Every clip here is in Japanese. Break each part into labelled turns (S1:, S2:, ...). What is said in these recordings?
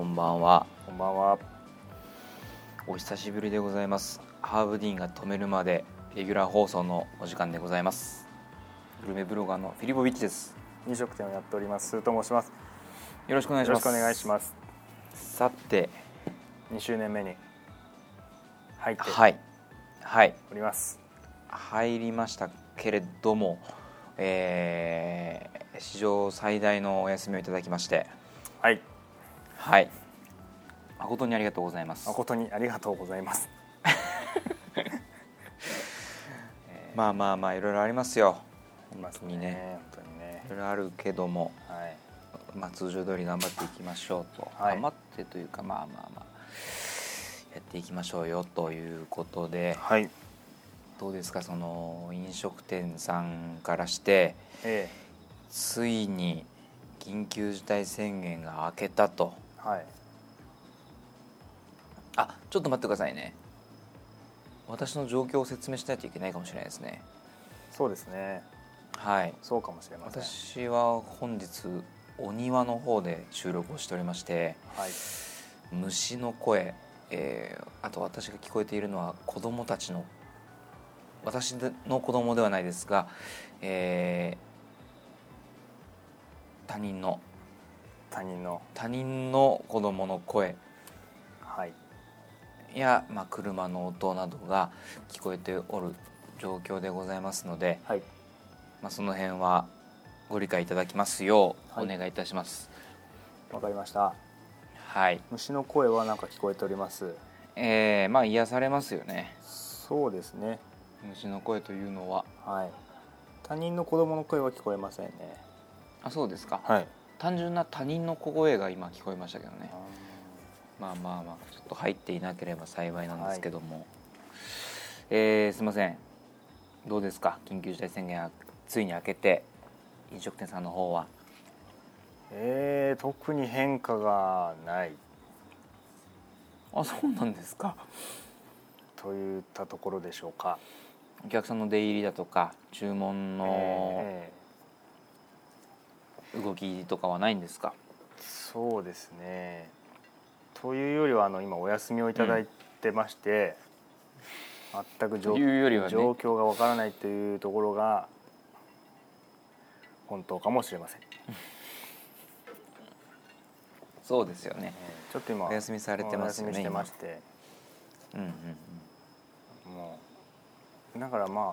S1: んばんは
S2: こんばんは。
S1: お久しぶりでございますハーブディーンが止めるまでレギュラー放送のお時間でございますグルメブロガーのフィリボビッチです
S2: 飲食店をやっております。スーと申します。
S1: よろしくお願い
S2: よ
S1: し
S2: ろ
S1: ま
S2: し
S1: す
S2: くお願いします。
S1: すさて
S2: 2周年目に入って
S1: はいはい
S2: おります。
S1: 入りましたけれども、えー史上最大のお休みをいただきまして
S2: はい。
S1: はい誠にありがとうございます
S2: 誠にありがとうございます。
S1: まあまあまあいろいろありますよ
S2: います
S1: 本当にね。
S2: 本当にね
S1: い。ろいろあるけども、
S2: はい。
S1: まあ、通常通り頑張っていきましょうと、
S2: はい
S1: 頑張ってというかまあまあまあやっていきましょうよということで
S2: はい。
S1: どうですかその飲食店さんからして
S2: ええ
S1: ついに緊急事態宣言が明けたと
S2: はい。
S1: あちょっと待ってくださいね私の状況を説明しないといけないかもしれないですね
S2: そうですね。
S1: はい
S2: そうかもしれません。
S1: 私は本日お庭の方で収録をしておりまして
S2: はい。
S1: 虫の声、えーあと私が聞こえているのは子供たちの私の子供ではないですが、えー他人の
S2: 他人の
S1: 他人の子供の声
S2: はい。
S1: や、まあ、車の音などが聞こえておる状況でございますので、
S2: はい。
S1: まあ、その辺はご理解いただきますよう
S2: は
S1: お
S2: い
S1: 願いいたします。
S2: わかりました。
S1: はい、
S2: 虫の声はなんか聞こえております。
S1: えーまあ癒されますよね
S2: そうですね。
S1: 虫の声というのは
S2: はい。他人の子供の声は聞こえませんね。
S1: あそうですか、
S2: はい。
S1: 単純な他人の小声が今聞こえましたけどねまあまあまあちょっと入っていなければ幸いなんですけども、えーすいませんどうですか緊急事態宣言はついに明けて飲食店さんの方は
S2: えー、特に変化がない
S1: あそうなんですか
S2: といったところでしょうか。
S1: お客さんの出入りだとか注文の
S2: え
S1: 動きとかはないんですか、
S2: ーそうですね。というよりはあの今お休みをいただいてまして、全く状
S1: というよりはね
S2: 状況がわからないというところが本当かもしれません。
S1: そうですよね
S2: ちょっと今
S1: お休みされてますよね
S2: お休みしてまして、
S1: うんうん
S2: もうだからまあ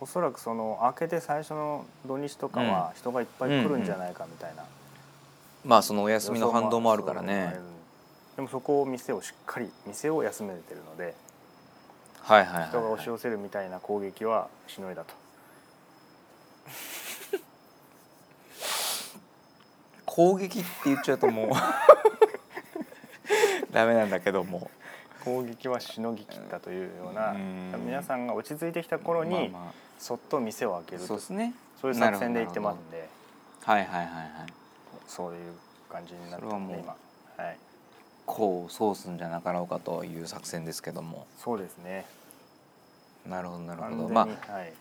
S2: おそらくその明けて最初の土日とかは人がいっぱい来るんじゃないかみたいな。
S1: うんまあそのお休みの反動もあるから
S2: 予想もあ
S1: ね
S2: るでもそこを店をしっかり店を休めてるので
S1: はいはいはい、はい、
S2: 人が押し寄せるみたいな攻撃はしのいだと
S1: 攻撃って言っちゃうともう ダメなんだけども
S2: 攻撃はしのぎきったというような
S1: うん
S2: 皆さんが落ち着いてきた頃に
S1: まあま
S2: そっと店を開け
S1: あ
S2: る
S1: そう
S2: と
S1: ですね
S2: そういう作戦で行ってます
S1: なる
S2: んで
S1: ほどはいはいはいはい
S2: そういう感じになっ
S1: そ
S2: て
S1: れは
S2: ま
S1: も
S2: す
S1: う
S2: ね今はい
S1: こうそうすんじゃなかろうかという作戦ですけども
S2: そうですね
S1: なるほどなる
S2: 完
S1: ほ
S2: 全
S1: ど
S2: に
S1: まあ
S2: はい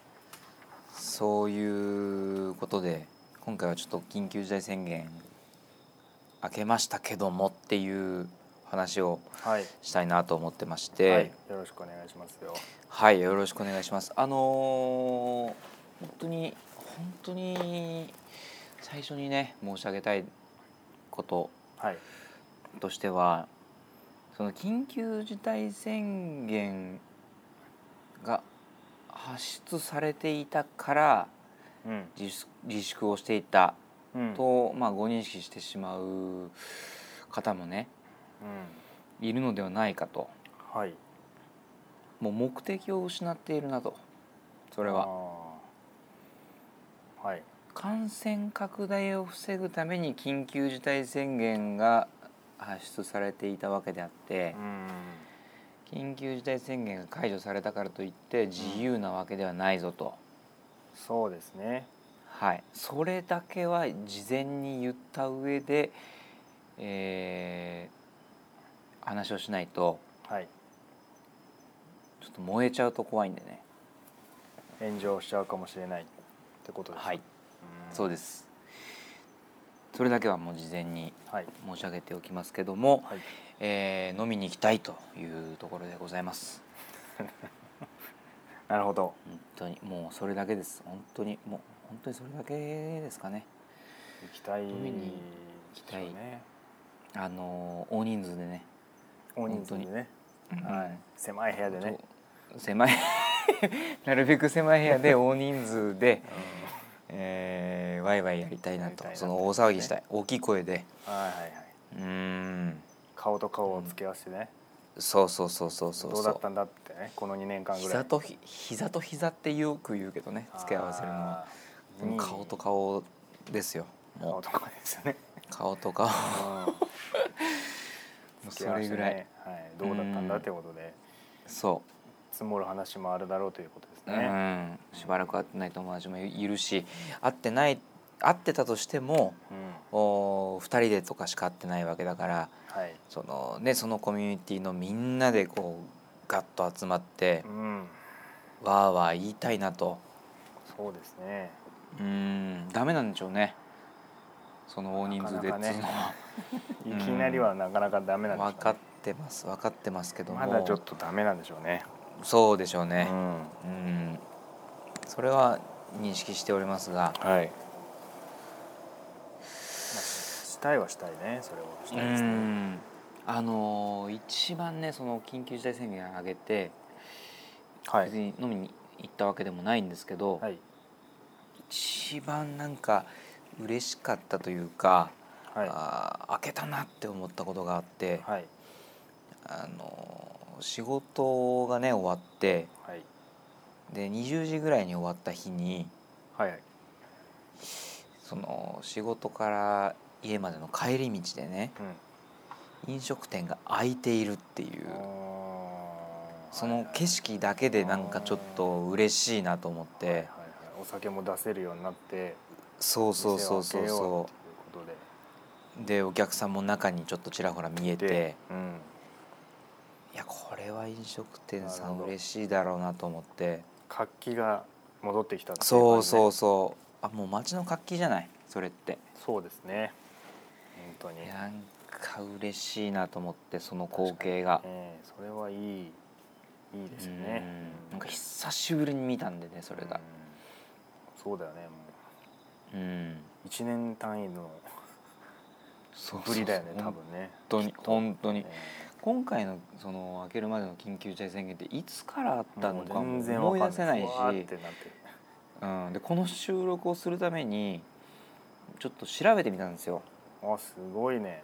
S1: そういうことで今回はちょっと緊急事態宣言明けましたけどもっていう話を
S2: はい
S1: したいなと思ってまし
S2: は
S1: て
S2: いよろしくお願いしますよ
S1: はい、よろしくお願いしますあのー本当に本当に最初にね申し上げたいこと
S2: はい
S1: としてはその緊急事態宣言が発出されていたから
S2: うん
S1: 自粛自粛をしていた
S2: うん
S1: と、まあ、ご認識してしまう方もね
S2: うん
S1: いるのではないかと
S2: はい
S1: もう目的を失っているなとそ
S2: こ
S1: れは
S2: はい
S1: 感染拡大を防ぐために緊急事態宣言が発出されていたわけであって
S2: うん
S1: 緊急事態宣言が解除されたからといって自由なわけではないぞと、
S2: そうですね。
S1: はい、それだけは事前に言った上で、えー話をしないと
S2: はい。
S1: ちょっと燃えちゃうと怖いんでね
S2: 炎上しちゃうかもしれないってことです。
S1: はい
S2: うん。
S1: そうですそれだけはもう事前に
S2: はい
S1: 申し上げておきますけども、
S2: はい
S1: えー飲みに行きたいというところでございます
S2: なるほど
S1: 本当にもうそれだけです本当にもう本当にそれだけですかね
S2: 行きたい
S1: 飲みに行きたい
S2: でしょうね
S1: あのー大人数でね
S2: 大人数でねはい狭い部屋でね
S1: そう狭い なるべく狭い部屋で大人数で、えーワイワイやりたいなと
S2: やりたいなと
S1: その大騒ぎしたい、大きい声で
S2: はいはいはい
S1: うん
S2: 顔と顔を付け合わせてね
S1: そうそうそうそうそう
S2: どうだったんだってねこの2年間ぐら
S1: 膝
S2: い
S1: とひ膝と膝ってよく言うけどね付け合わせるのは
S2: あー
S1: その顔と
S2: いい
S1: 顔ですよ
S2: 顔
S1: も
S2: とかですよね
S1: う顔と顔
S2: うん
S1: それぐらい、
S2: はい、どうだったんだってことで
S1: そ
S2: 積もる話もあるだろうということです
S1: う、
S2: ね、
S1: うん、しばらく会ってない友達もいるし会ってない会ってたとしても
S2: うん
S1: お2人でとかしか会ってないわけだから
S2: はい
S1: その,、ね、そのコミュニティのみんなでこうガッと集まって
S2: うん
S1: わーわー言いたいなと
S2: そうですね
S1: うんダメなんでしょうねその大人数でっていうのは。
S2: いきなりはなかなかダメなんでしょう
S1: 分
S2: ね
S1: かってます分かってますけども
S2: まだちょっとダメなんでしょうね
S1: そうでしょう
S2: う
S1: ね、
S2: ん
S1: うんそれは認識しておりますが
S2: はい、まあしたいはしたいねそれはし
S1: う
S2: たいですね
S1: んあのー一番ねその緊急事態宣言上げて
S2: は
S1: 別
S2: い、
S1: に飲みに行ったわけでもないんですけど、
S2: はい
S1: 一番なんか嬉しかったというか、
S2: はい
S1: あー開けたなって思ったことがあって、
S2: はい
S1: あのー仕事がね終わって
S2: はい
S1: で20時ぐらいに終わった日に
S2: はいはい
S1: その仕事から家までの帰り道でね
S2: うん
S1: 飲食店が開いているっていう
S2: あー
S1: その景色だけでなんかちょっと嬉しいなと思っ
S2: はいはい
S1: て
S2: はいはいお酒も出せるようになって
S1: そうそうそう
S2: 店
S1: そう
S2: を開けよ
S1: そ
S2: ということで
S1: うでお客さんも中にちょっとちらほら見えて
S2: で、うん、
S1: いやこれは飲食店さ
S2: なる
S1: ん
S2: ほど
S1: 嬉しいだろうなと思って
S2: 活気が戻ってきたってい
S1: そうそううそうあもう街の活気じゃないそれって
S2: 感じねそうですね本当に
S1: なんか嬉しいなと思ってその光景が。
S2: ええそれはいいいいですよね
S1: うんなんか久しぶりに見たんでねそれが、
S2: うんそうだよねも
S1: うん、
S2: う1年単位の
S1: そう
S2: ぶりだよね
S1: そう
S2: 多分ね
S1: 本当に本当に
S2: ええ
S1: 今回のその開けるまでの緊急事態宣言っていつからあったのかも
S2: もう全然
S1: 思い
S2: わ
S1: 出
S2: か
S1: せ
S2: ん
S1: ないし
S2: ふわーってなってる
S1: うん、でこの収録をするためにちょっと調べてみたんですよ、
S2: あすごいね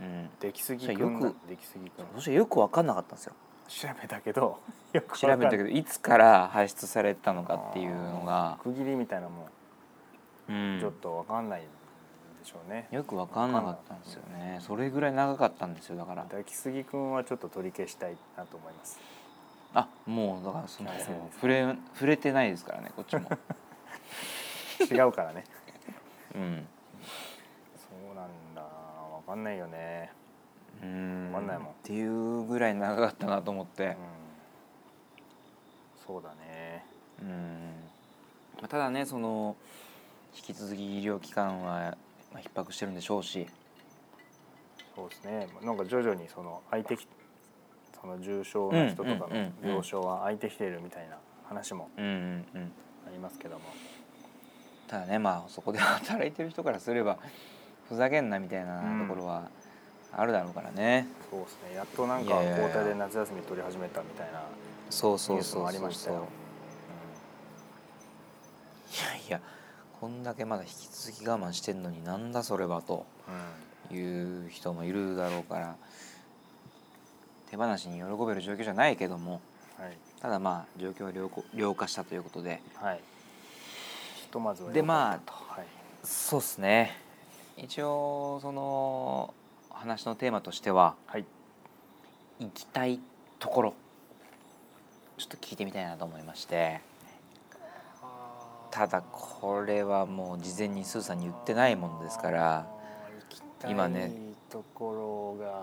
S1: うん、
S2: 出来すぎくんだ
S1: よ
S2: 出来すぎくん
S1: そしてよく分かんなかったんですよ
S2: 調べたけど よく
S1: 調べたけ
S2: ど
S1: どいつから排出されたのかっていうのが、
S2: 区切りみたいなのも
S1: うん
S2: ちょっとわかんないんでしょうね、
S1: よく分かんなかったんですよねそれぐらい長かったんですよだから
S2: 抱きすぎくんはちょっと取り消したいなと思います
S1: あもうだからその
S2: はい
S1: 触れ触れてないですからねこっちも
S2: 違うからね
S1: うん
S2: そうなんだわかんないよね
S1: うん
S2: わかんないもん
S1: っていうぐらい長かったなと思っ
S2: うん
S1: て、
S2: そうだね
S1: うんまあ、ただねその引き続き医療機関はまあ逼迫してるんでしょうし
S2: そうですねなんか徐々にその空いてきその重症の人とかの
S1: うんうんうんうん
S2: 病床は空いてきているみたいな話も
S1: うんうんうん
S2: ありますけども
S1: ただねまあそこで働いてる人からすればふざけんなみたいなところはあるだろうからね、
S2: そうですねやっとなん
S1: い
S2: か
S1: やいやいや
S2: 交代で夏休み取り始めたみたいな
S1: そう
S2: ニ
S1: そ
S2: ュー
S1: う
S2: ス
S1: そ
S2: も
S1: う
S2: あり
S1: そ
S2: ま
S1: う
S2: した
S1: そうい
S2: よ
S1: やいやこんだけまだ引き続き我慢してんのになんだそれはと。
S2: うん
S1: いう人もいるだろうから手放しに喜べる状況じゃないけども
S2: はい
S1: ただまあ状況は良好良化したということで
S2: はいひとまずは
S1: でまあ
S2: あはい
S1: そうですね一応その話のテーマとしては
S2: はい
S1: 行きたいところちょっと聞いてみたいなと思いましてただこれはもう事前にスーさんに言ってないものですから
S2: あー
S1: 今
S2: 行
S1: ね
S2: きたいところが、は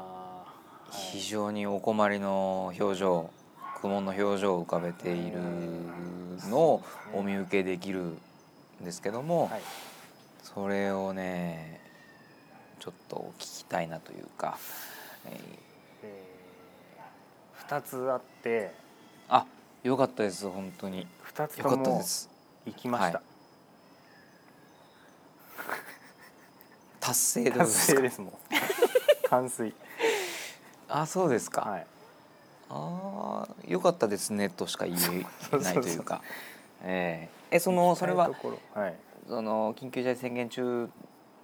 S2: い
S1: 非常にお困りの表情苦悶の表情を浮かべているのをお見受けできるんですけども、
S2: はい
S1: それをねちょっと聞きたいなというか、え
S2: えー、2つあって
S1: ーあよかったです本当に
S2: 2つ
S1: よ
S2: と
S1: かった
S2: も
S1: です
S2: 行きました、
S1: は達成でございま
S2: 完
S1: す
S2: 成
S1: か
S2: ですもん完遂
S1: あそうですか、
S2: はい
S1: ああよかったですねとしか言えないというかえーえそ
S2: 行
S1: の
S2: き
S1: そ
S2: た
S1: れ
S2: い
S1: は
S2: ところはい
S1: その緊急事態宣言中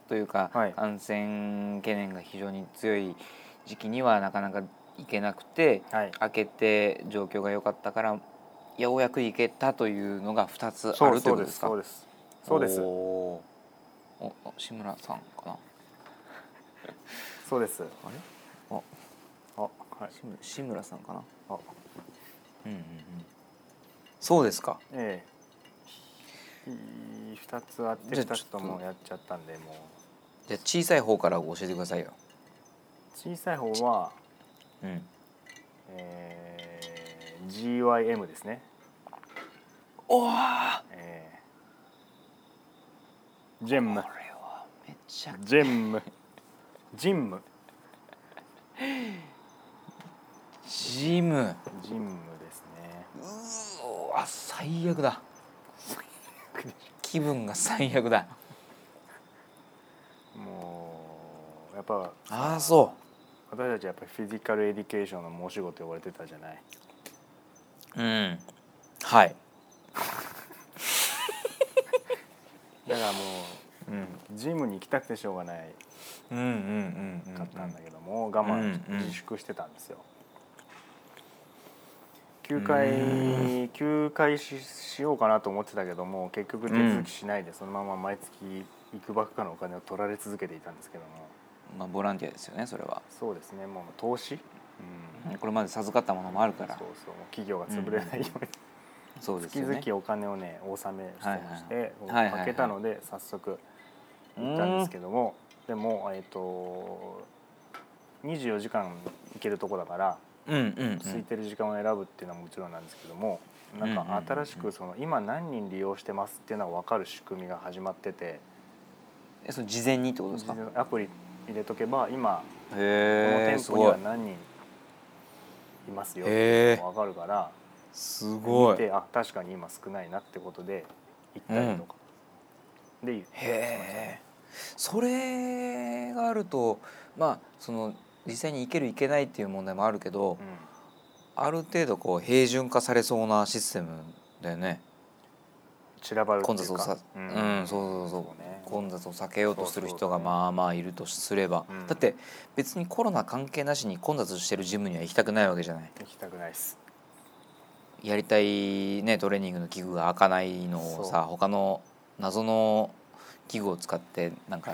S1: というか、
S2: はい
S1: 感染懸念が非常に強い時期にはなかなか行けなくて
S2: はい
S1: 開けて状況が良かったからようやく行けたというのが2つあ
S2: そ
S1: る
S2: う
S1: ということ
S2: そうで
S1: です
S2: す
S1: か
S2: そうですそうです
S1: おーおお志村さんかな
S2: そうです
S1: あれ
S2: あはい
S1: 志村志村さんかな
S2: あ
S1: うんうんうんそうですか
S2: ええいい二つあって
S1: じゃあ
S2: 二つと
S1: ちょっ
S2: も
S1: と
S2: やっちゃったんでもう
S1: じゃあ小さい方から教えてくださいよ
S2: 小さい方は
S1: うん
S2: えー GYM ですね、
S1: おー
S2: えージェム
S1: これはめちゃくちゃ
S2: ジェムジンム
S1: ジム
S2: ジンムですね
S1: うーわ最悪だ気分が最悪だ
S2: もうやっぱ
S1: ああそ
S2: 私たちやっぱりフィジカルエディケーションの申し子と呼ばれてたじゃないう
S1: うんはい、
S2: だからも
S1: うん、うん
S2: うジムに行きたくてしょうがない
S1: うんうんうん
S2: かったんだけども、我慢
S1: うんうん
S2: 自粛してたんですよ9回休会ししようかなと思ってたけども結局手続きしないでそのまま毎月いくばくかのお金を取られ続けていたんですけども
S1: まあボランティアですよねそれは
S2: そうですねもう投資、うん
S1: これまで授かったものもあるから
S2: そうそうもう企業が潰れないように、
S1: そうですよね
S2: 月々お金をね納めしてまして、
S1: はいはいはい
S2: かけたので早速行ったんですけども、でもえっ、と24時間行けるとこだから
S1: うんうんうん
S2: 空いてる時間を選ぶっていうのはもちろんなんですけども、なん
S1: うんうんうんう
S2: か
S1: ん
S2: 新しくその今何人利用してますっていうのが分かる仕組みが始まってて、
S1: えそれ事前にってことですかへ
S2: アプリ入れとけば今この
S1: え
S2: 店
S1: す
S2: 舗に
S1: ごい
S2: は何人いますよってい
S1: へ
S2: うのが分かるから、
S1: すご
S2: 見
S1: いへ
S2: てあ確かに今少ないなってことで行ったりとか、で
S1: えそれがあるとまあその実際に行ける行けないっていう問題もあるけど、
S2: うん
S1: ある程度こう平準化されそうなシステムだよね
S2: 散らばるってい
S1: 混
S2: う
S1: 雑
S2: か
S1: をさ、う
S2: うんん
S1: そうそうそう
S2: そうね
S1: 混雑を避けようとする
S2: そ
S1: 人
S2: うそ
S1: が
S2: うそう
S1: まあまあいるとすれば、
S2: うん
S1: だって別にコロナ関係なしに混雑してるジムには行きたくないわけじゃない
S2: 行きたくないです
S1: やりたい、ね、トレーニングの器具が開かないのをさ他の謎の器具を使ってなんか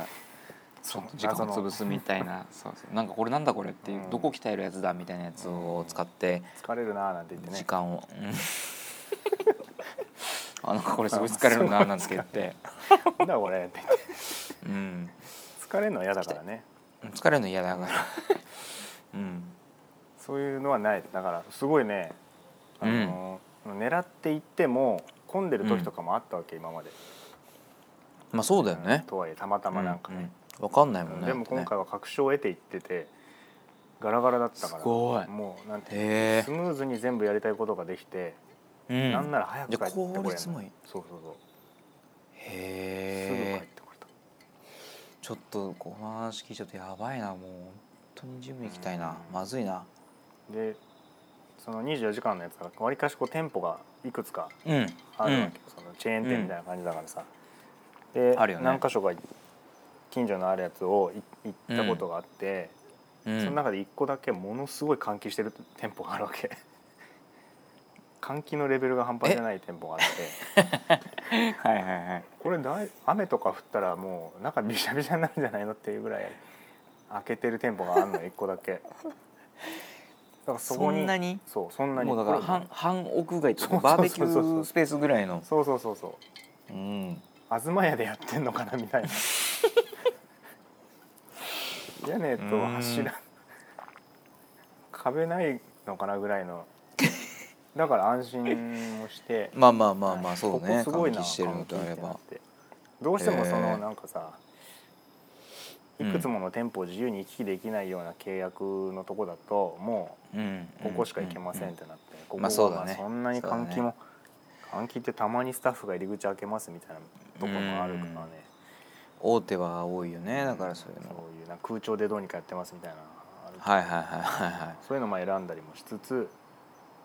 S1: ちょっと時間を潰
S2: す
S1: すみたいなそうそうなんかこれなんだこれっていう、
S2: うん
S1: どこ鍛えるやつだみたいなやつを使って。
S2: 疲れるなーなんて言って
S1: 時
S2: ね
S1: 間 を、うん あなんかこれすごい疲れるななんつけって、
S2: なんだこれって言って
S1: うん、
S2: 疲れるのは嫌だからね
S1: 疲れるの嫌だ から、うん、
S2: そういうのはないだからすごいね、あのー狙っていっても混んでる時とかもあったわけ、今まで、
S1: まあそうだよね、
S2: とはいえたまたまなんかね、
S1: うん、分かんないもんね
S2: でも今
S1: だっ
S2: 回は確証を得ていっててガラガラだったから
S1: すごい
S2: もうなんて
S1: へー
S2: スムーズに全部やりたいことができて、
S1: てね
S2: なんな
S1: ら
S2: ら早く帰ってこれ
S1: じゃあ
S2: る
S1: 効率もいい
S2: そうそうそう、すぐ帰
S1: へ
S2: っ
S1: え
S2: てこれた
S1: ちょっとこの話聞いちゃうとやばいなもう本当にジム行きたいな、
S2: うん
S1: まずいな
S2: でその24時間のやつがわりかしこう店舗がいくつか
S1: うん
S2: ある
S1: う
S2: わけ、
S1: ん
S2: そのチェーン店みたいな感じだからさ、で
S1: あるよね
S2: 何箇所か近所のあるやつをい行ったことがあって、
S1: うん
S2: その中で1個だけものすごい換気してる店舗があるわけ 換気のレベルが半端じゃない店舗があ って
S1: はいはいはい
S2: これだい雨とか降ったらもう中びしゃびしゃになるんじゃないのっていうぐらい開けてる店舗があるの1個 だけだからそこに
S1: んなに
S2: そうそんなに
S1: もうだから
S2: これ
S1: 半半屋外と
S2: そうそうそうそ
S1: か
S2: う
S1: バーベキュースペースぐらいの
S2: そうそうそうそう
S1: うん
S2: 東屋でやってんのかなみた いな屋根と
S1: うん
S2: 柱壁ないのかなぐらいのだから安心をして
S1: まあまあまあまあそう
S2: ここ
S1: ね
S2: すごい
S1: 換
S2: な
S1: 気してるのであれ
S2: 換気ってな
S1: ば
S2: ってどうしてもそ
S1: へー
S2: のなんかさいくつもの店舗を自由に行き来できないような契約のとこだとも
S1: うん
S2: うここしか行けませんってなってここ
S1: まあそうだ
S2: は
S1: ね
S2: そんなに換気も換気ってたまにスタッフが入り口開けますみたいなとこもあるからね
S1: 大手は多いよねだからそういうの
S2: そういうなんか空調でどうにかやってますみたいなのある
S1: はいはいはいはいはい
S2: そういうのも選んだりもしつつ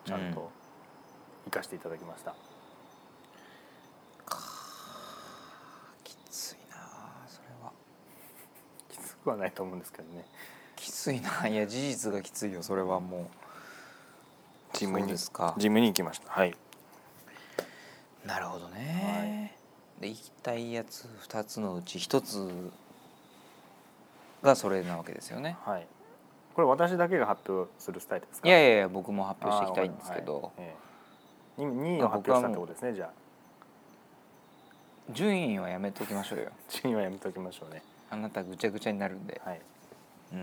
S2: ちゃん
S1: うん
S2: と生かしていただきました、
S1: きついなそれは
S2: きつくはないと思うんですけどね
S1: きついないや事実がきついよそれはもうジムにそうですか
S2: ジムに行きましたはい
S1: なるほどね、で行きたいやつ2つのうち1つがそれなわけですよね
S2: はいこれ私だけが発表するスタイルですか
S1: いやいやいや僕も発表していきたいんですけ
S2: は
S1: ど
S2: い、ええに2位を発表したってことですねじゃあ
S1: 順位はやめときましょうよ
S2: 順位はやめておきましょうね
S1: あなたぐちゃぐちゃになるんで
S2: はい
S1: う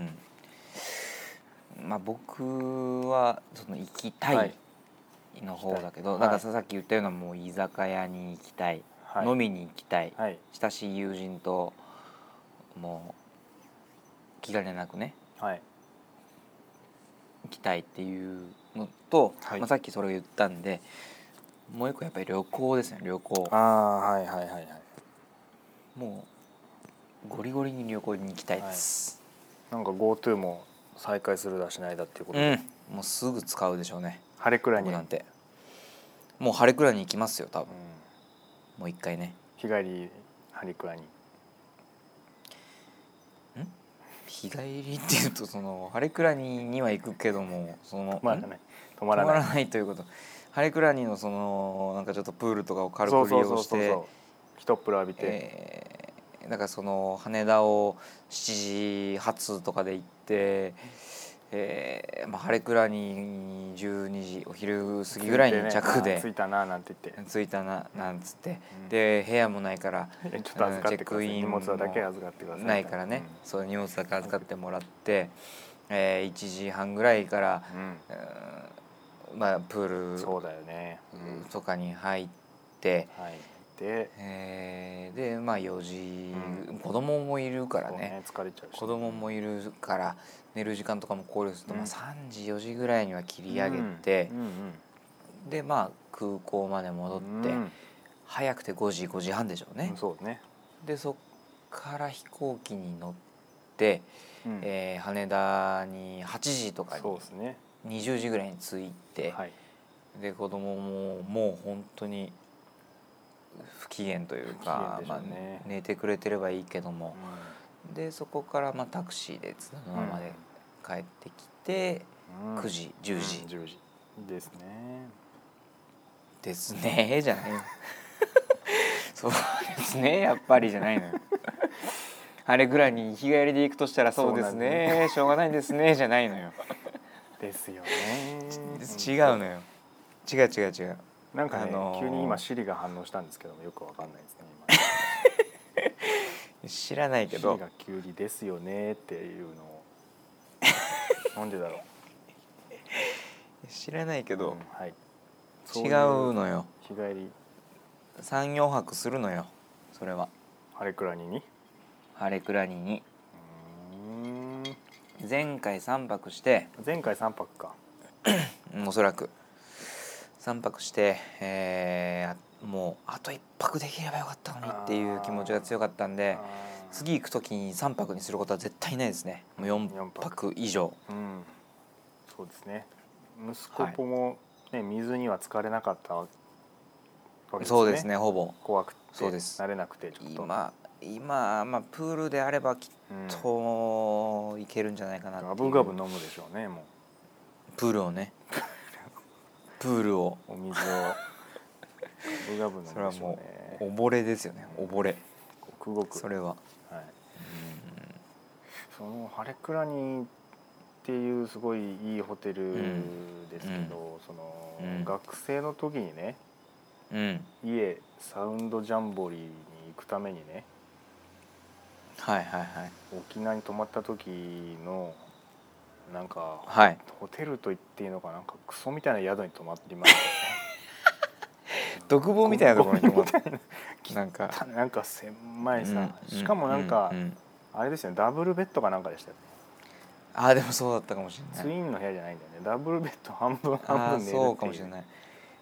S1: んまあ僕はその行きた
S2: はいい
S1: の方だけど、
S2: はい
S1: なんかささっき言ったようなもう居酒屋に行きたい、
S2: はい
S1: 飲みに行きたい、
S2: はい
S1: 親しい友人ともう気兼ねなくね
S2: はい
S1: 行きたいっていうのと、
S2: はい
S1: まあ、さっきそれを言ったんでもう一個やっぱり旅行ですね旅行
S2: ああはいはいはいはい
S1: もうゴリゴリに旅行に行きたいです、
S2: なんか GoTo も再開するだしないだっていうこと
S1: う
S2: で、
S1: んもうすぐ使うでしょうね
S2: 晴れくらいに、
S1: 僕
S2: う
S1: なんん、てもう晴れくらいに行きますよ多分もう一回ね
S2: 日帰り晴れくらいに
S1: 日帰りっていうとその晴れくらにには行くけどもその
S2: 止まら
S1: ん
S2: ない止
S1: 止ま
S2: まらない
S1: らないということ晴れくらにのそのなんかちょっとプールとかを軽
S2: そ
S1: く
S2: う
S1: 利
S2: そう
S1: 用
S2: そう
S1: し
S2: そう
S1: て
S2: そう一っぷら浴びて、
S1: えーだからその羽田を7時発とかで行って、えーまあ、晴れくらに12時お昼過ぎぐらいに着
S2: 着いてねあー着
S1: で
S2: いたななんて言っ
S1: 着いたななんつって、
S2: うん
S1: で部屋もないから
S2: てちょっと預かってください
S1: チェックイン
S2: 荷
S1: も
S2: 物はだけ預かってください
S1: ないからね、そう荷物だけ預かってもらって、えー1時半ぐらいから、
S2: うん、
S1: うんまあ、プー
S2: うん
S1: ル
S2: そうだよね、うん
S1: とかに入って、
S2: はいで
S1: えーでまあ4時、
S2: うん
S1: 子供もいるから
S2: そう
S1: ね
S2: ね疲れちゃうし
S1: 子供もいるから寝る時間とかも考慮すると、
S2: うん
S1: まあ、3時4時ぐらいには切り上げて
S2: う、んうん
S1: でまあ空港まで戻っ
S2: うん
S1: て、
S2: うん
S1: 早くて5時5時半でしょうね。
S2: そうね、
S1: でそっから飛行機に乗って、
S2: うん
S1: えー羽田に8時とか
S2: そうですね
S1: に20時ぐらいに着いて、
S2: はい
S1: で子供ももう本当に不機嫌というか、
S2: 不機
S1: ま
S2: 嫌
S1: あ
S2: でしょうね、
S1: 寝てくれてればいいけども
S2: う、ん
S1: でそこからまあタクシーで津田沼まで帰ってきて、
S2: うん
S1: 9時10時
S2: うん10時ですね
S1: ですねじゃないよ そうですねやっぱりじゃないのよあれぐらいに日帰りで行くとしたらそうです
S2: そ
S1: ねしょうがないですねじゃないのよ
S2: ですよね
S1: 違うのよ違う違う違う
S2: なんかね、
S1: あのー
S2: 急に今シリが反応したんですけどもよくわかんないですね
S1: 知らないけ
S2: 今
S1: ど
S2: シリが急にですよねっていうの をなんでだろう
S1: 知らないけ
S2: う
S1: ど
S2: ん、はいそ
S1: 違
S2: いう
S1: のよ
S2: 日帰り
S1: 34泊するのよそれは
S2: あれくらいにに
S1: ハレクラニに
S2: うーん
S1: 前回3泊して
S2: 前回三泊か
S1: うんおそらく3泊して、えーもうあと1泊できればよかったのにっていう気持ちが強かったんで次行く時に3泊にすることは絶対ないですねもう4
S2: 四
S1: 泊
S2: 泊
S1: 以上
S2: うん、そうですね息子ぽも、ね水には疲れなかったわけ
S1: そうですねほぼ
S2: 怖くて
S1: そうです
S2: 慣れなくてちょっと、
S1: 今今、まあ、プールであればきっ
S2: うん
S1: といけるんじゃないかなっていう
S2: ガブガブ飲むでしょうねも
S1: プールをねプールを
S2: うお水を ガブガブ飲
S1: それ
S2: む
S1: は
S2: でしょ
S1: も
S2: う
S1: う
S2: ね
S1: 溺れですよね溺れ
S2: こうくごく
S1: それは
S2: はい、そのハレクラニっていうすごいいいホテルですけど、その、
S1: うん
S2: 学生の時にね
S1: うん
S2: 家サウンドジャンボリーに行くためにね
S1: はいはいはい
S2: 沖縄に泊まった時のなんか
S1: はい
S2: ホテルと言っていいのかなんかクソみたいな宿に泊まってました
S1: 独房 みたいなところに泊まってなんか
S2: ねなんか狭いさ、
S1: うん
S2: しかもなんか、
S1: うん
S2: あれですよねダブルベッドかなんかでしたよね
S1: ああでもそうだったかもしれ
S2: ツ
S1: ない
S2: インの部屋じゃないんだよねダブルベッド半分
S1: あ
S2: 半
S1: あ
S2: 分寝るっていう
S1: そうかもしれない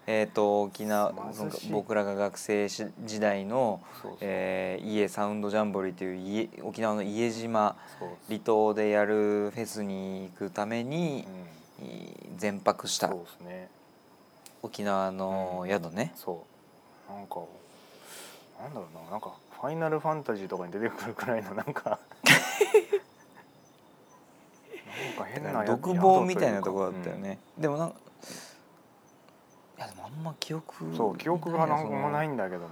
S1: えっ、と沖縄
S2: 貧しい
S1: 僕らが学生し時代の、
S2: そうそう
S1: えー家サウンドジャンボリーという家沖縄の家島
S2: そう
S1: 離島でやるフェスに行くため
S2: う
S1: に、
S2: ん
S1: 全泊した
S2: そうですね
S1: 沖縄の宿ね、
S2: そうなんかなんだろうななんか「ファイナルファンタジー」とかに出てくるくらいのなんかなんか変なや
S1: 独房みたいなところだったよ、ね、でもなんかいやでもあんま記憶
S2: 宿というかうんそう記憶がなんかもない
S1: その
S2: んだけども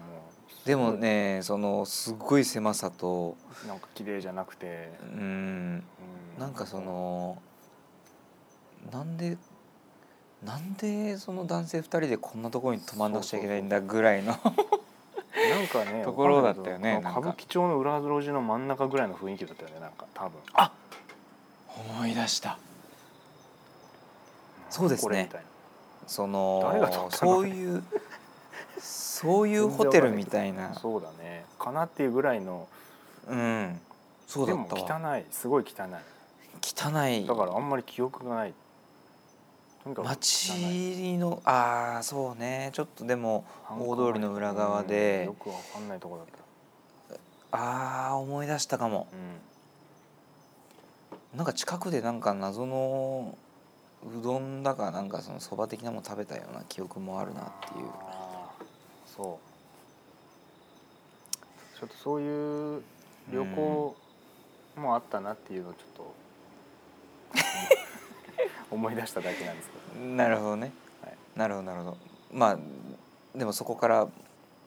S1: でもねそのすっごい狭さと
S2: なんか綺麗じゃなくて、
S1: うん
S2: う
S1: なんかそのなんでなんでその男性2人でこんなところに泊まんなくちゃいけないんだぐらいの
S2: なんかね
S1: ところだったよね
S2: わかんないけど
S1: なんか
S2: 歌舞伎町の裏路地の真ん中ぐらいの雰囲気だったよねなんか多分
S1: 思い出したそうですね
S2: これみたいな
S1: そ
S2: 誰が撮
S1: の
S2: ったの
S1: そういうそういうホテルみたいな
S2: そうだねかなっていうぐらいの
S1: うんそう
S2: で
S1: だ
S2: も
S1: ったわ
S2: 汚いすごい汚い
S1: 汚い
S2: だからあんまり記憶がない。とにかく汚い
S1: 街のああそうねちょっとでも大通りの裏側
S2: うん
S1: で
S2: よくわかんないとこだった。
S1: ああ思い出したかも
S2: う。
S1: なんか近くでなんか謎のうどんだかなんかそのそば的なもの食べたような記憶もあるなっていうん
S2: あーそう。ちょっとそういう旅行もあったなっていうのをちょっと 思い出しただけなんですけど。
S1: なるほどね、
S2: はい
S1: なるほどなるほどまあでもそこから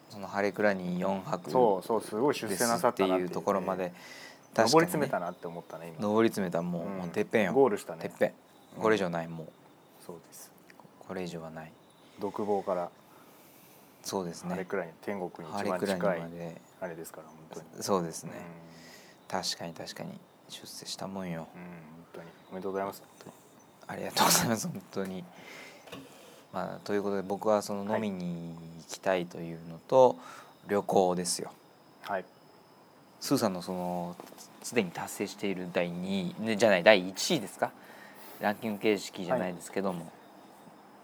S1: そのハレクラに4泊
S2: そうそうすごい出
S1: で
S2: 世
S1: す
S2: なさ
S1: っ
S2: ってたなって
S1: い
S2: いう
S1: ところまで確か
S2: 上り
S1: にね
S2: 詰めたなって思ったね今。
S1: 上り詰めたもう,、
S2: うん
S1: もうてっぺんよ
S2: ゴールしたね。
S1: てっぺん
S2: うん
S1: これ以上ないもう
S2: そうです。
S1: これ以上はない
S2: 独房から
S1: そうです
S2: あれ
S1: ね
S2: くらいに天国に
S1: ハ
S2: 一
S1: レ
S2: 番
S1: クラ
S2: 近
S1: に
S2: い
S1: まで
S2: あれですから本当に。
S1: そうですね、確かに確かに出世したもんよ
S2: うん、うん本当におめでとうございます。本
S1: ありがとうございます本当に。まあ、ということで僕はその飲みに行きたいというのと、旅行ですよ。
S2: 当にはい。
S1: スーさんのそのすでに達成している第2位ねじゃない第1位ですかランキング形式じゃないですけども、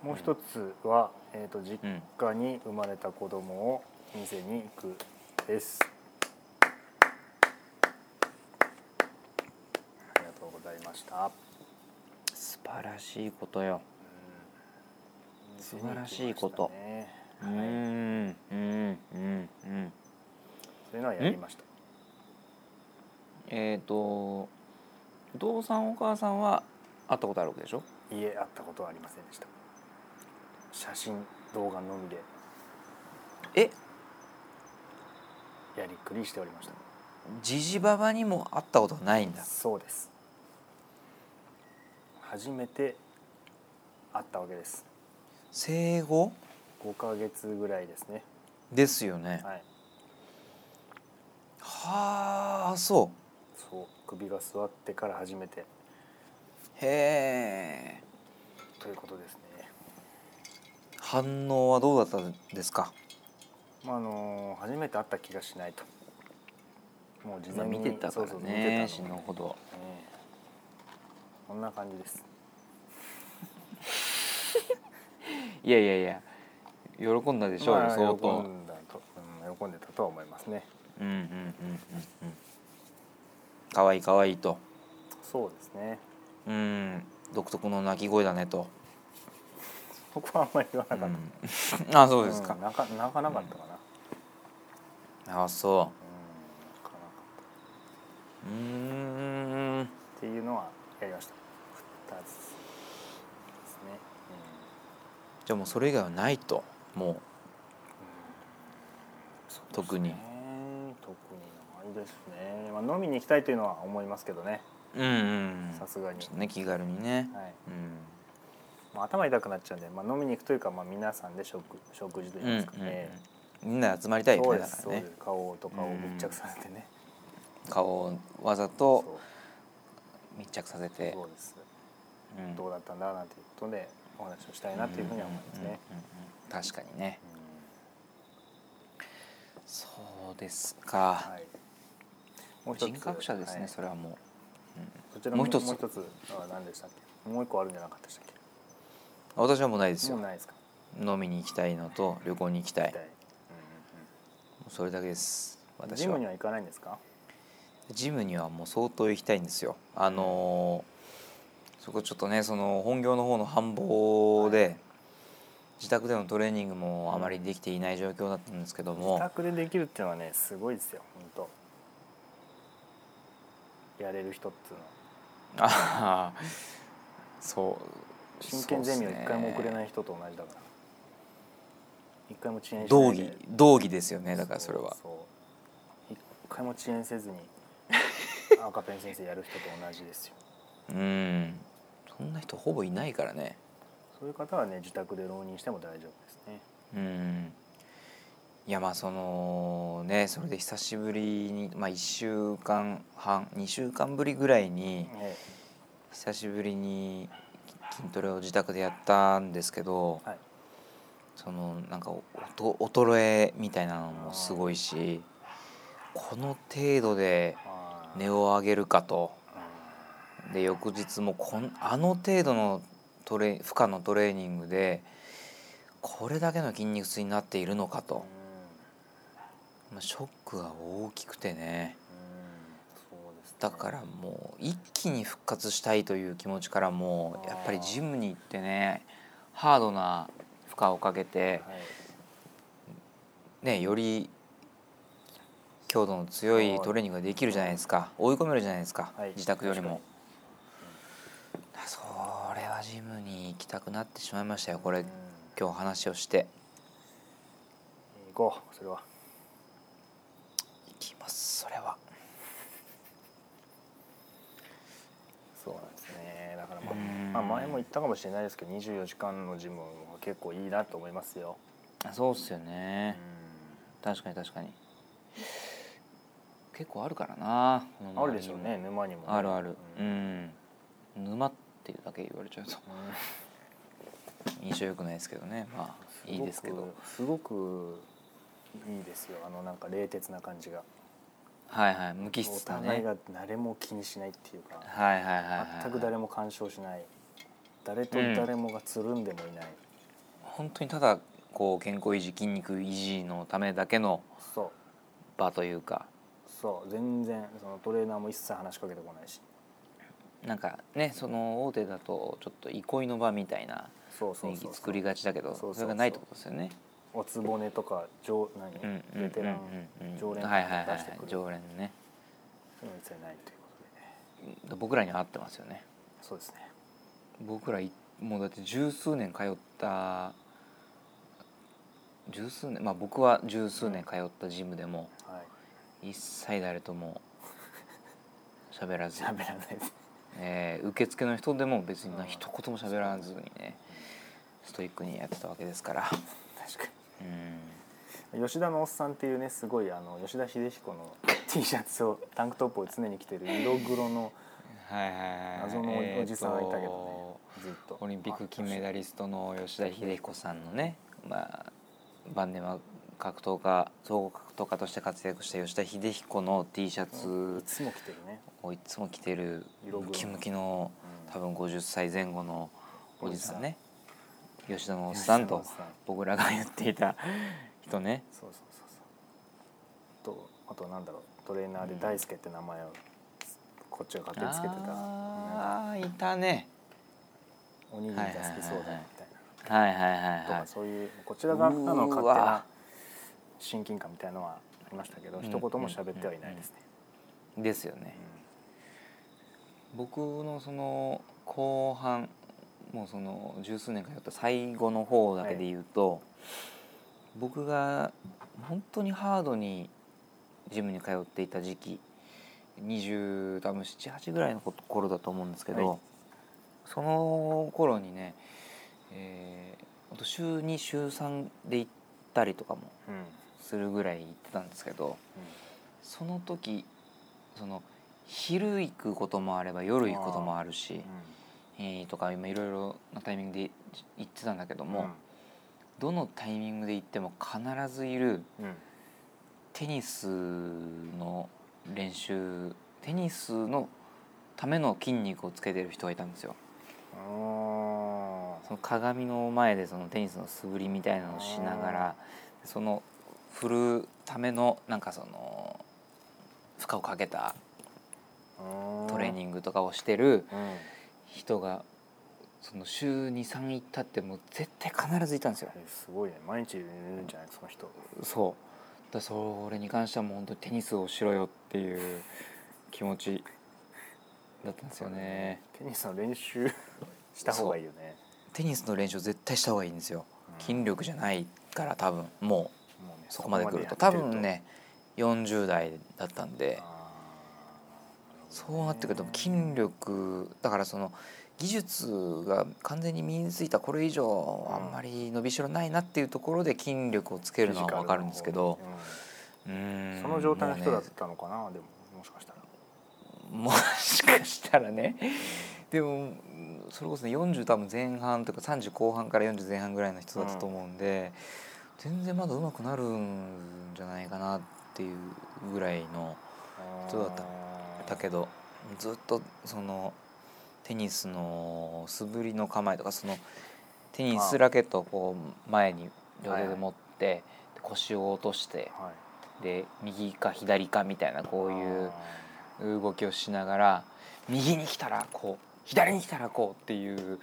S2: もう一つは、えっ、と実
S1: うん
S2: 家に生まれた子供を店に行くです。ありがとうございました。
S1: 素晴らしいことよ。素晴らしいことう
S2: 店に行きましたねはい。
S1: んうんうんうん。
S2: そういうのはやりました。
S1: えっ、とお父さんお母さんは会ったことあるわけでしょ
S2: 家会ったことはありませんでした。写真動画のみで
S1: え
S2: やりくりしておりました。
S1: ジジババにも会ったことはないんだ。
S2: そうです。初めて会ったわけです。
S1: 生後
S2: 5ヶ月ぐらいですね。
S1: ですよね。
S2: はい。
S1: はあそう。
S2: そう首が座ってから初めて
S1: へえ
S2: ということですね。
S1: 反応はどうだったんですか
S2: まああの初めて会った気がしないと。もう事
S1: 今
S2: 前に
S1: 見てたから
S2: そうそう見てた
S1: ね
S2: の
S1: 死ぬほど
S2: ええこんな感じです。
S1: いやいやいや喜んだでしょうよ、
S2: まあ
S1: 相当
S2: 喜んだと、うん、喜んでたとは思いますね。
S1: うんうんうんうんうんかわいいかわいいと
S2: そうですね。
S1: うん独特の鳴き声だねと、
S2: 僕はあんまり言わ
S1: う
S2: なかっ
S1: ん、
S2: た。
S1: あそうですか
S2: ん、なかなかなかったかな。
S1: あそ
S2: うんなかなかっ
S1: ううーん
S2: たっていうのはやりました。二つですね。うん
S1: じゃあもうそれ以外はないとも
S2: そうですね
S1: 特に
S2: 特にないですね、まあ、飲みに行きたいというのは思いますけどね
S1: ううんうん
S2: さすがに
S1: ちょっとね気軽にね、
S2: はい
S1: うん
S2: まあ、頭痛くなっちゃうんで、まあ、飲みに行くというか、まあ、皆さんで食食事といいますかね、
S1: うんうんうん、みんなで集まりたいよ
S2: そう
S1: ね
S2: で
S1: だ
S2: す
S1: か
S2: そう
S1: ら
S2: で
S1: ね
S2: す顔とかを密着させてね、
S1: 顔をわざ
S2: そ
S1: と
S2: う
S1: 密着させて
S2: そうです
S1: うん
S2: どうだったんだなんていうことでお話をしたいなというふうには思いますね、
S1: うんうんうんうん確かにね
S2: うん
S1: そうですか、
S2: はいもう一つ
S1: 人格者ですね、
S2: はい
S1: それはもう
S2: こちら
S1: もう一つ
S2: もう一つあ何でしたっけもう一個あるんじゃなかったでしたっ
S1: あ私はもうないです
S2: けも
S1: よ
S2: うないですか
S1: 飲みに行きたいのと旅行に行きたい
S2: 痛いうんうん
S1: それだけです
S2: うん
S1: 私
S2: ジム
S1: は
S2: には行かないんですか
S1: ジムにはもう相当行きたいんですよあのーそこちょっとねその本業の方の繁忙で、自宅でのトレーニングもあまりできていない状況だったんですけど
S2: 自
S1: も、
S2: 宅でできるっていうのはねすごいですよ本当やれる人っていうのは
S1: ああ そう
S2: 真剣ゼミを一回も送れ
S1: い
S2: ない人と同じだから一回も遅延しな
S1: 道
S2: いで
S1: 義道義ですよねだからそれは
S2: うう一回も遅延せ ずに赤ペン先生やる人と同じですよ
S1: うんそんな人ほぼいないからね
S2: そういう方はね自宅で浪人しても大丈夫ですね
S1: うんいやまあそのねそれで久しぶりに、まあ、1週間半2週間ぶりぐらいに
S2: え
S1: 久しぶりに筋トレを自宅でやったんですけど
S2: えはい
S1: そのなんかおと衰えみたいなのもすごいしこの程度で
S2: あー
S1: 値を上げるかと
S2: うん
S1: で翌日もこんあの程度のトレ負荷のトレーニングでこれだけの筋肉痛になっているのかと。まあショックが大きくてね
S2: うんそうですね
S1: だからもう一気に復活したいという気持ちからも
S2: あー
S1: やっぱりジムに行ってねハードな負荷をかけて、
S2: はい
S1: ね、より強度の強
S2: はい
S1: いトレーニングができるじゃないですか追い込めるじゃないですか、
S2: はい
S1: 自宅よりも。それはジムに行きたくなってしまいましたよこ
S2: う
S1: れ
S2: ん
S1: 今日話をして
S2: 行こうそれは
S1: 行きますそれは
S2: そうなんですねだからまあ
S1: うん
S2: まあ前も言ったかもしれないですけど24時間のジムは結構いいなと思いますよ、
S1: あそうっすよね、
S2: うん
S1: 確かに確かに結構あるからなこの
S2: あ
S1: 周
S2: る
S1: り
S2: でしょうね沼にもね、
S1: あるあるう
S2: うん
S1: ん、沼っていうだけ言われちゃうと印象良くないですけどねまあいいですけど
S2: すごくすごくいいですよあのなんか冷徹な感じが
S1: はいはい無機
S2: お
S1: 質だ
S2: 互い
S1: ね
S2: が誰も気にしないっていうか、
S1: はいはいはい、はい、
S2: 全く誰も干渉しない誰と誰もがつるんでもいない、
S1: 本当にただこう健康維持筋肉維持のためだけの
S2: そう
S1: 場というか
S2: そう全然そのトレーナーも一切話しかけてこないし
S1: なんかねその大手だとちょっと憩いの場みたいな
S2: そうそう
S1: 雰囲
S2: そう
S1: 気作りがちだけど
S2: そうそうそう
S1: それがないってことですよね
S2: おつぼねとか常何、
S1: うんうんうんうん
S2: ベテラン常連と
S1: は
S2: か
S1: いはいはいは
S2: 出して
S1: い
S2: くる
S1: 常連ね
S2: そういうの一切ないということでね
S1: 僕らには合ってますよね
S2: そうですね
S1: 僕らいもうだって十数年通った十数年まあ僕は十数年通ったジムでも
S2: はい
S1: 一切誰と も喋らず、
S2: 喋らないです
S1: えー受付の人でも別に
S2: う
S1: なん一言も喋らずにねストイックにやってたわけですから
S2: 確かに
S1: うん
S2: 吉田のおっさんっていうねすごいあの吉田秀彦の T シャツをタンクトップを常に着てる色黒の
S1: はいはいはい
S2: 謎のおおじさんがいたけ
S1: えー
S2: ど
S1: と
S2: ねずっと
S1: オリンピック金メダ
S2: リ
S1: リストの吉田秀彦さんのね、まあ、晩年は格闘家総合格闘家として活躍した吉田秀彦の T シャ
S2: い
S1: ツ
S2: つも着てるね
S1: をいつも着てる
S2: 色黒
S1: ムキムキの
S2: うん
S1: 多分50歳前後のおじさんね吉田のおっ
S2: 吉
S1: さ
S2: 田
S1: ん
S2: のおっ
S1: と
S2: さん
S1: 僕らが言っていた人ね
S2: そうそうそうそうとあとなんだろうトレーナーで大輔って名前をこっちが勝手につけてたなんか
S1: あーいたね
S2: おにぎりが好きそうだみたい
S1: はいはいはい
S2: なと
S1: は
S2: か
S1: い
S2: そういうこちら側から
S1: う
S2: の勝手な
S1: わ
S2: 親近感みたいなのはありましたけど
S1: うん
S2: 一言も喋ってはいないですね
S1: ですよね僕のその後半もうその十数年通った最後の方だけで言うと、僕が本当にハードにジムに通っていた時期2 0多分78ぐらいの頃だと思うんですけど、
S2: はい
S1: その頃にね、えーあと週2週3で行ったりとかも
S2: うんうん
S1: するぐらい行ってたんですけどその時その昼行くこともあれば夜行くこともあるし。えーとか今いろいろなタイミングで行ってたんだけど
S2: うん
S1: も、どのタイミングで行っても必ずいる
S2: うんうん
S1: テニスの練習テニスのための筋肉をつけてる人がいたんですよ
S2: あ
S1: その鏡の前でそのテニスの素振りみたいなのをしながらその振るためのなんかその負荷をかけた
S2: ー
S1: トレーニングとかをしてる
S2: うんえ
S1: 人がその週23行ったってもう絶対必ずいたんですよ
S2: すごいね毎日いるんじゃないその人
S1: そうだそれに関してはもう本当にテニスをしろよっていう気持ちだったんですよね
S2: テニスの練習した方がいいよね
S1: テニスの練習絶対した方がいいんですよ
S2: うん
S1: 筋力じゃないから多分もう
S2: もうね
S1: そこまで来ると
S2: そ
S1: 多
S2: こまでやってると
S1: 分ね40代だったんで
S2: あー
S1: そうなってくると筋力だからその技術が完全に身についたこれ以上あんまり伸びしろないなっていうところで筋力をつけるのは分かるんですけど、う
S2: フィ
S1: ー
S2: ジカルの方ねうん
S1: ん
S2: その状態の人だ
S1: もう
S2: っ
S1: ね
S2: たのかなでももしかしたら
S1: もしかしたらねでもそれこそね40多分前半とか30後半から40前半ぐらいの人だったと思うんで、全然まだ上手くなるんじゃないかなっていうぐらいの人だっただけどずっとそのテニスの素振りの構えとかそのテニスラケットをこう前に両手で持って、で腰を落として
S2: はい
S1: で右か左かみたいなこういう
S2: あ
S1: 動きをしながら右に来たらこう左に来たらこうっていう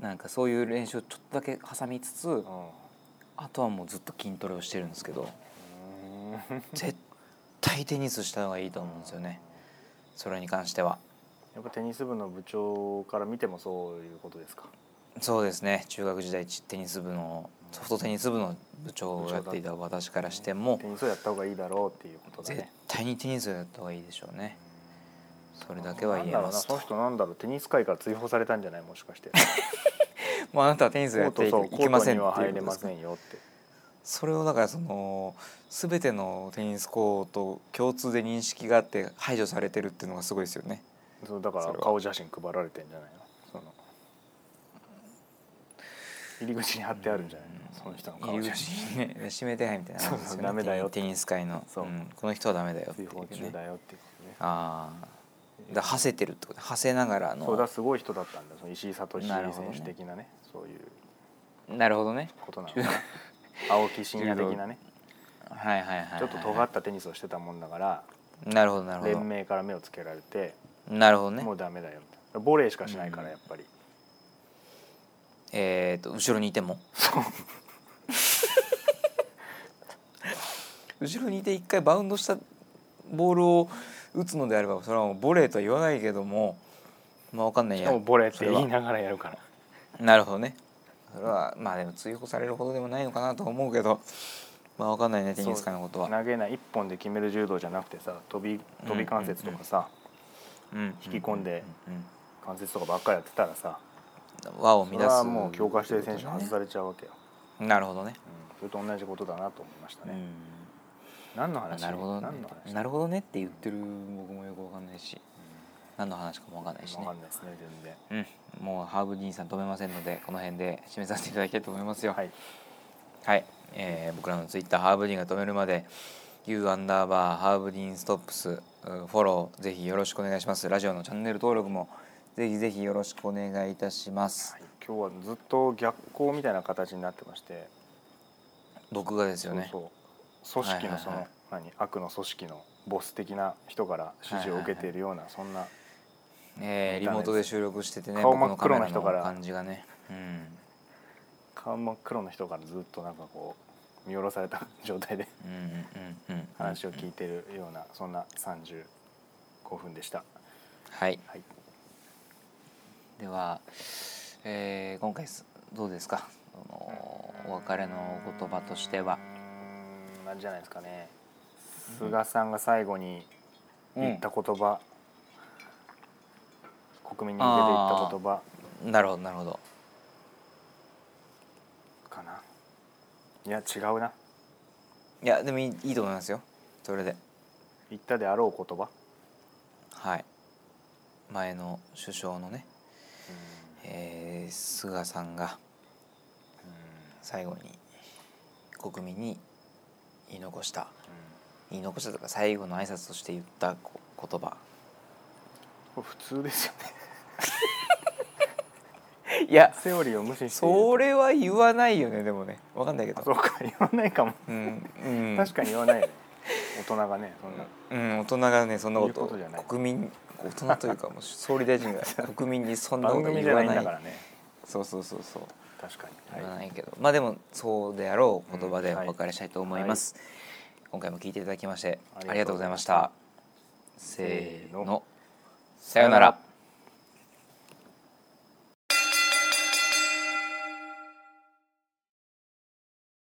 S1: なんかそういう練習をちょっとだけ挟みつつ
S2: ーうん
S1: あとはもうずっと筋トレをしてるんですけど
S2: うん
S1: 絶対テニスした方がいいと思うんですよねそれに関しては
S2: やっぱテニス部の部長から見てもそういうことですか
S1: そうですね中学時代ちテニス部のソフトテニス部の部長をやっていた私からしても
S2: テニスをやった方がいいだろうっていうことだ
S1: 絶
S2: ね
S1: 対にテニスをやった方がいいでしょうねそれだけは言えます
S2: なんだろうなそ
S1: と
S2: の人なんだろうテニス界から追放されたんじゃないもしかして
S1: もうあなたはテニスを
S2: コ
S1: やって
S2: ート
S1: い
S2: そうコ
S1: けま
S2: ート
S1: せん
S2: に
S1: っていう
S2: は
S1: こと
S2: 入れ
S1: です
S2: ま
S1: か
S2: せんよって
S1: それをだからその全てのテニスコート共通で認識があって排除されてるっていうのがすごいですよね
S2: そうだから
S1: それは
S2: 顔写真配られてんじゃないのその入り口に貼ってあるんじゃないのその人の
S1: 入
S2: 顔
S1: り
S2: 写
S1: 口
S2: 真
S1: にね指名手配みたいな感じです
S2: そう
S1: よ
S2: そう
S1: ね
S2: ダメだよ
S1: テニテニス界の、
S2: そう
S1: うんこの人はダメだよってい
S2: 追
S1: う
S2: 放中
S1: ね
S2: だよっていうことね
S1: ああだから馳せてるってこと馳せながら
S2: そうだ
S1: の
S2: すごい人だったんだその石井聡
S1: なるほど
S2: 選
S1: ね
S2: 手的なねそういう
S1: なるほどね
S2: ことなのかな青木真 也的なね
S1: はいはいはいはい
S2: ちょっと尖ったテニスをしてたもんだから
S1: なるほどなるほ
S2: 連盟から目をつけられて
S1: どなるほどね
S2: もうダメだよみたいなボレーしかしないか
S1: う
S2: ら
S1: ん
S2: やっぱり
S1: えー、と後ろにいても 後ろにいて一回バウンドしたボールを打つのであればそれはもうボレーとは言わないけどもまあわかんない
S2: し
S1: や
S2: かもボレーって言い
S1: それは
S2: ながらやるから
S1: なるほどねそれはまあでも追放されるほどでもないのかなとは思うけどまあわかんないねテニス界のことは。
S2: 投げない一本で決める柔道じゃなくてさ飛び飛び関節とかさ
S1: 引
S2: 引き込んで
S1: うん
S2: 関節とかばっかりやってたらさ
S1: うん輪を
S2: そ
S1: 乱
S2: れ
S1: す
S2: はもう強化してる選手
S1: というこ
S2: 外
S1: と
S2: されちゃうわけよ、
S1: ねなるほどね。
S2: うん、それと同じことだなと思いました
S1: う
S2: ね、
S1: ん
S2: 何の
S1: あ
S2: 話
S1: なるほど、ね
S2: 何の話、
S1: なるほどねって言ってる僕もよくわかんないし何の話かもわかんないし
S2: 分
S1: ね
S2: かんないですね全然
S1: うんもうハーブディーンさん止めませんのでこの辺で締めさせていただきたいと思いますよ
S2: は
S1: はい、
S2: い
S1: えー僕らのツイッターハーブディーンが止めるまで U アンダーバーハーブディーンストップスうんフォローぜひよろしくお願いしますラジオのチャンネル登録もぜひぜひよろしくお願いいたします、
S2: はい今日はずっと逆行みたいな形になってまして
S1: 僕がですよね
S2: そうそう組織のその、
S1: はい
S2: 何悪の組織のボス的な人から指示を受けているような、そんな
S1: えーリモートで収録しててね
S2: 顔
S1: 僕のカメラ
S2: 真っ
S1: の
S2: 黒な人から
S1: 感じがねうん
S2: 顔真っ黒の人からずっとなんかこう見下ろされた 状態で
S1: うんうんうんうん
S2: 話を聞いてるようなそんな35分でした。
S1: はい
S2: はい、
S1: では、えー今回すどうですかそのお別れのお言葉としては、
S2: うーんなんじゃないですかね菅さんが最後に言った言葉、国民に向けて言った言葉
S1: なるほどなるほど
S2: かな。いや違うな。
S1: いやでもいいいいと思いますよそれで
S2: 言ったであろう言葉。
S1: はい前の首相のね、
S2: うん
S1: えー菅さんが最後に国民に言い残した
S2: うん
S1: 「言い残したとか最後の挨拶として言ったこ言葉
S2: これ普通ですよね
S1: いや
S2: セオリーを無視していると
S1: それは言わないよねでもねわかんないけ
S2: あ
S1: ど
S2: そうか言わないかも、
S1: うん、うん、
S2: 確かに言わないよね大人がねそんな、
S1: うん、大人がねそんなこと
S2: 言うことじゃない
S1: 国民大人というかもう総理大臣 が国民にそんなこ
S2: 番
S1: と
S2: 組
S1: 言
S2: じゃな
S1: わ
S2: いん
S1: ない
S2: だからね
S1: そうそうそうそう
S2: 確かに、
S1: 言わ
S2: はい
S1: ないけど、まあでもそうであろう言葉
S2: う
S1: で
S2: んは
S1: お
S2: い
S1: 別れしたいと思います、今回も聞いていただきまして
S2: ありがとう
S1: ありがとうございましたせー
S2: せー
S1: の
S2: の
S1: さようなら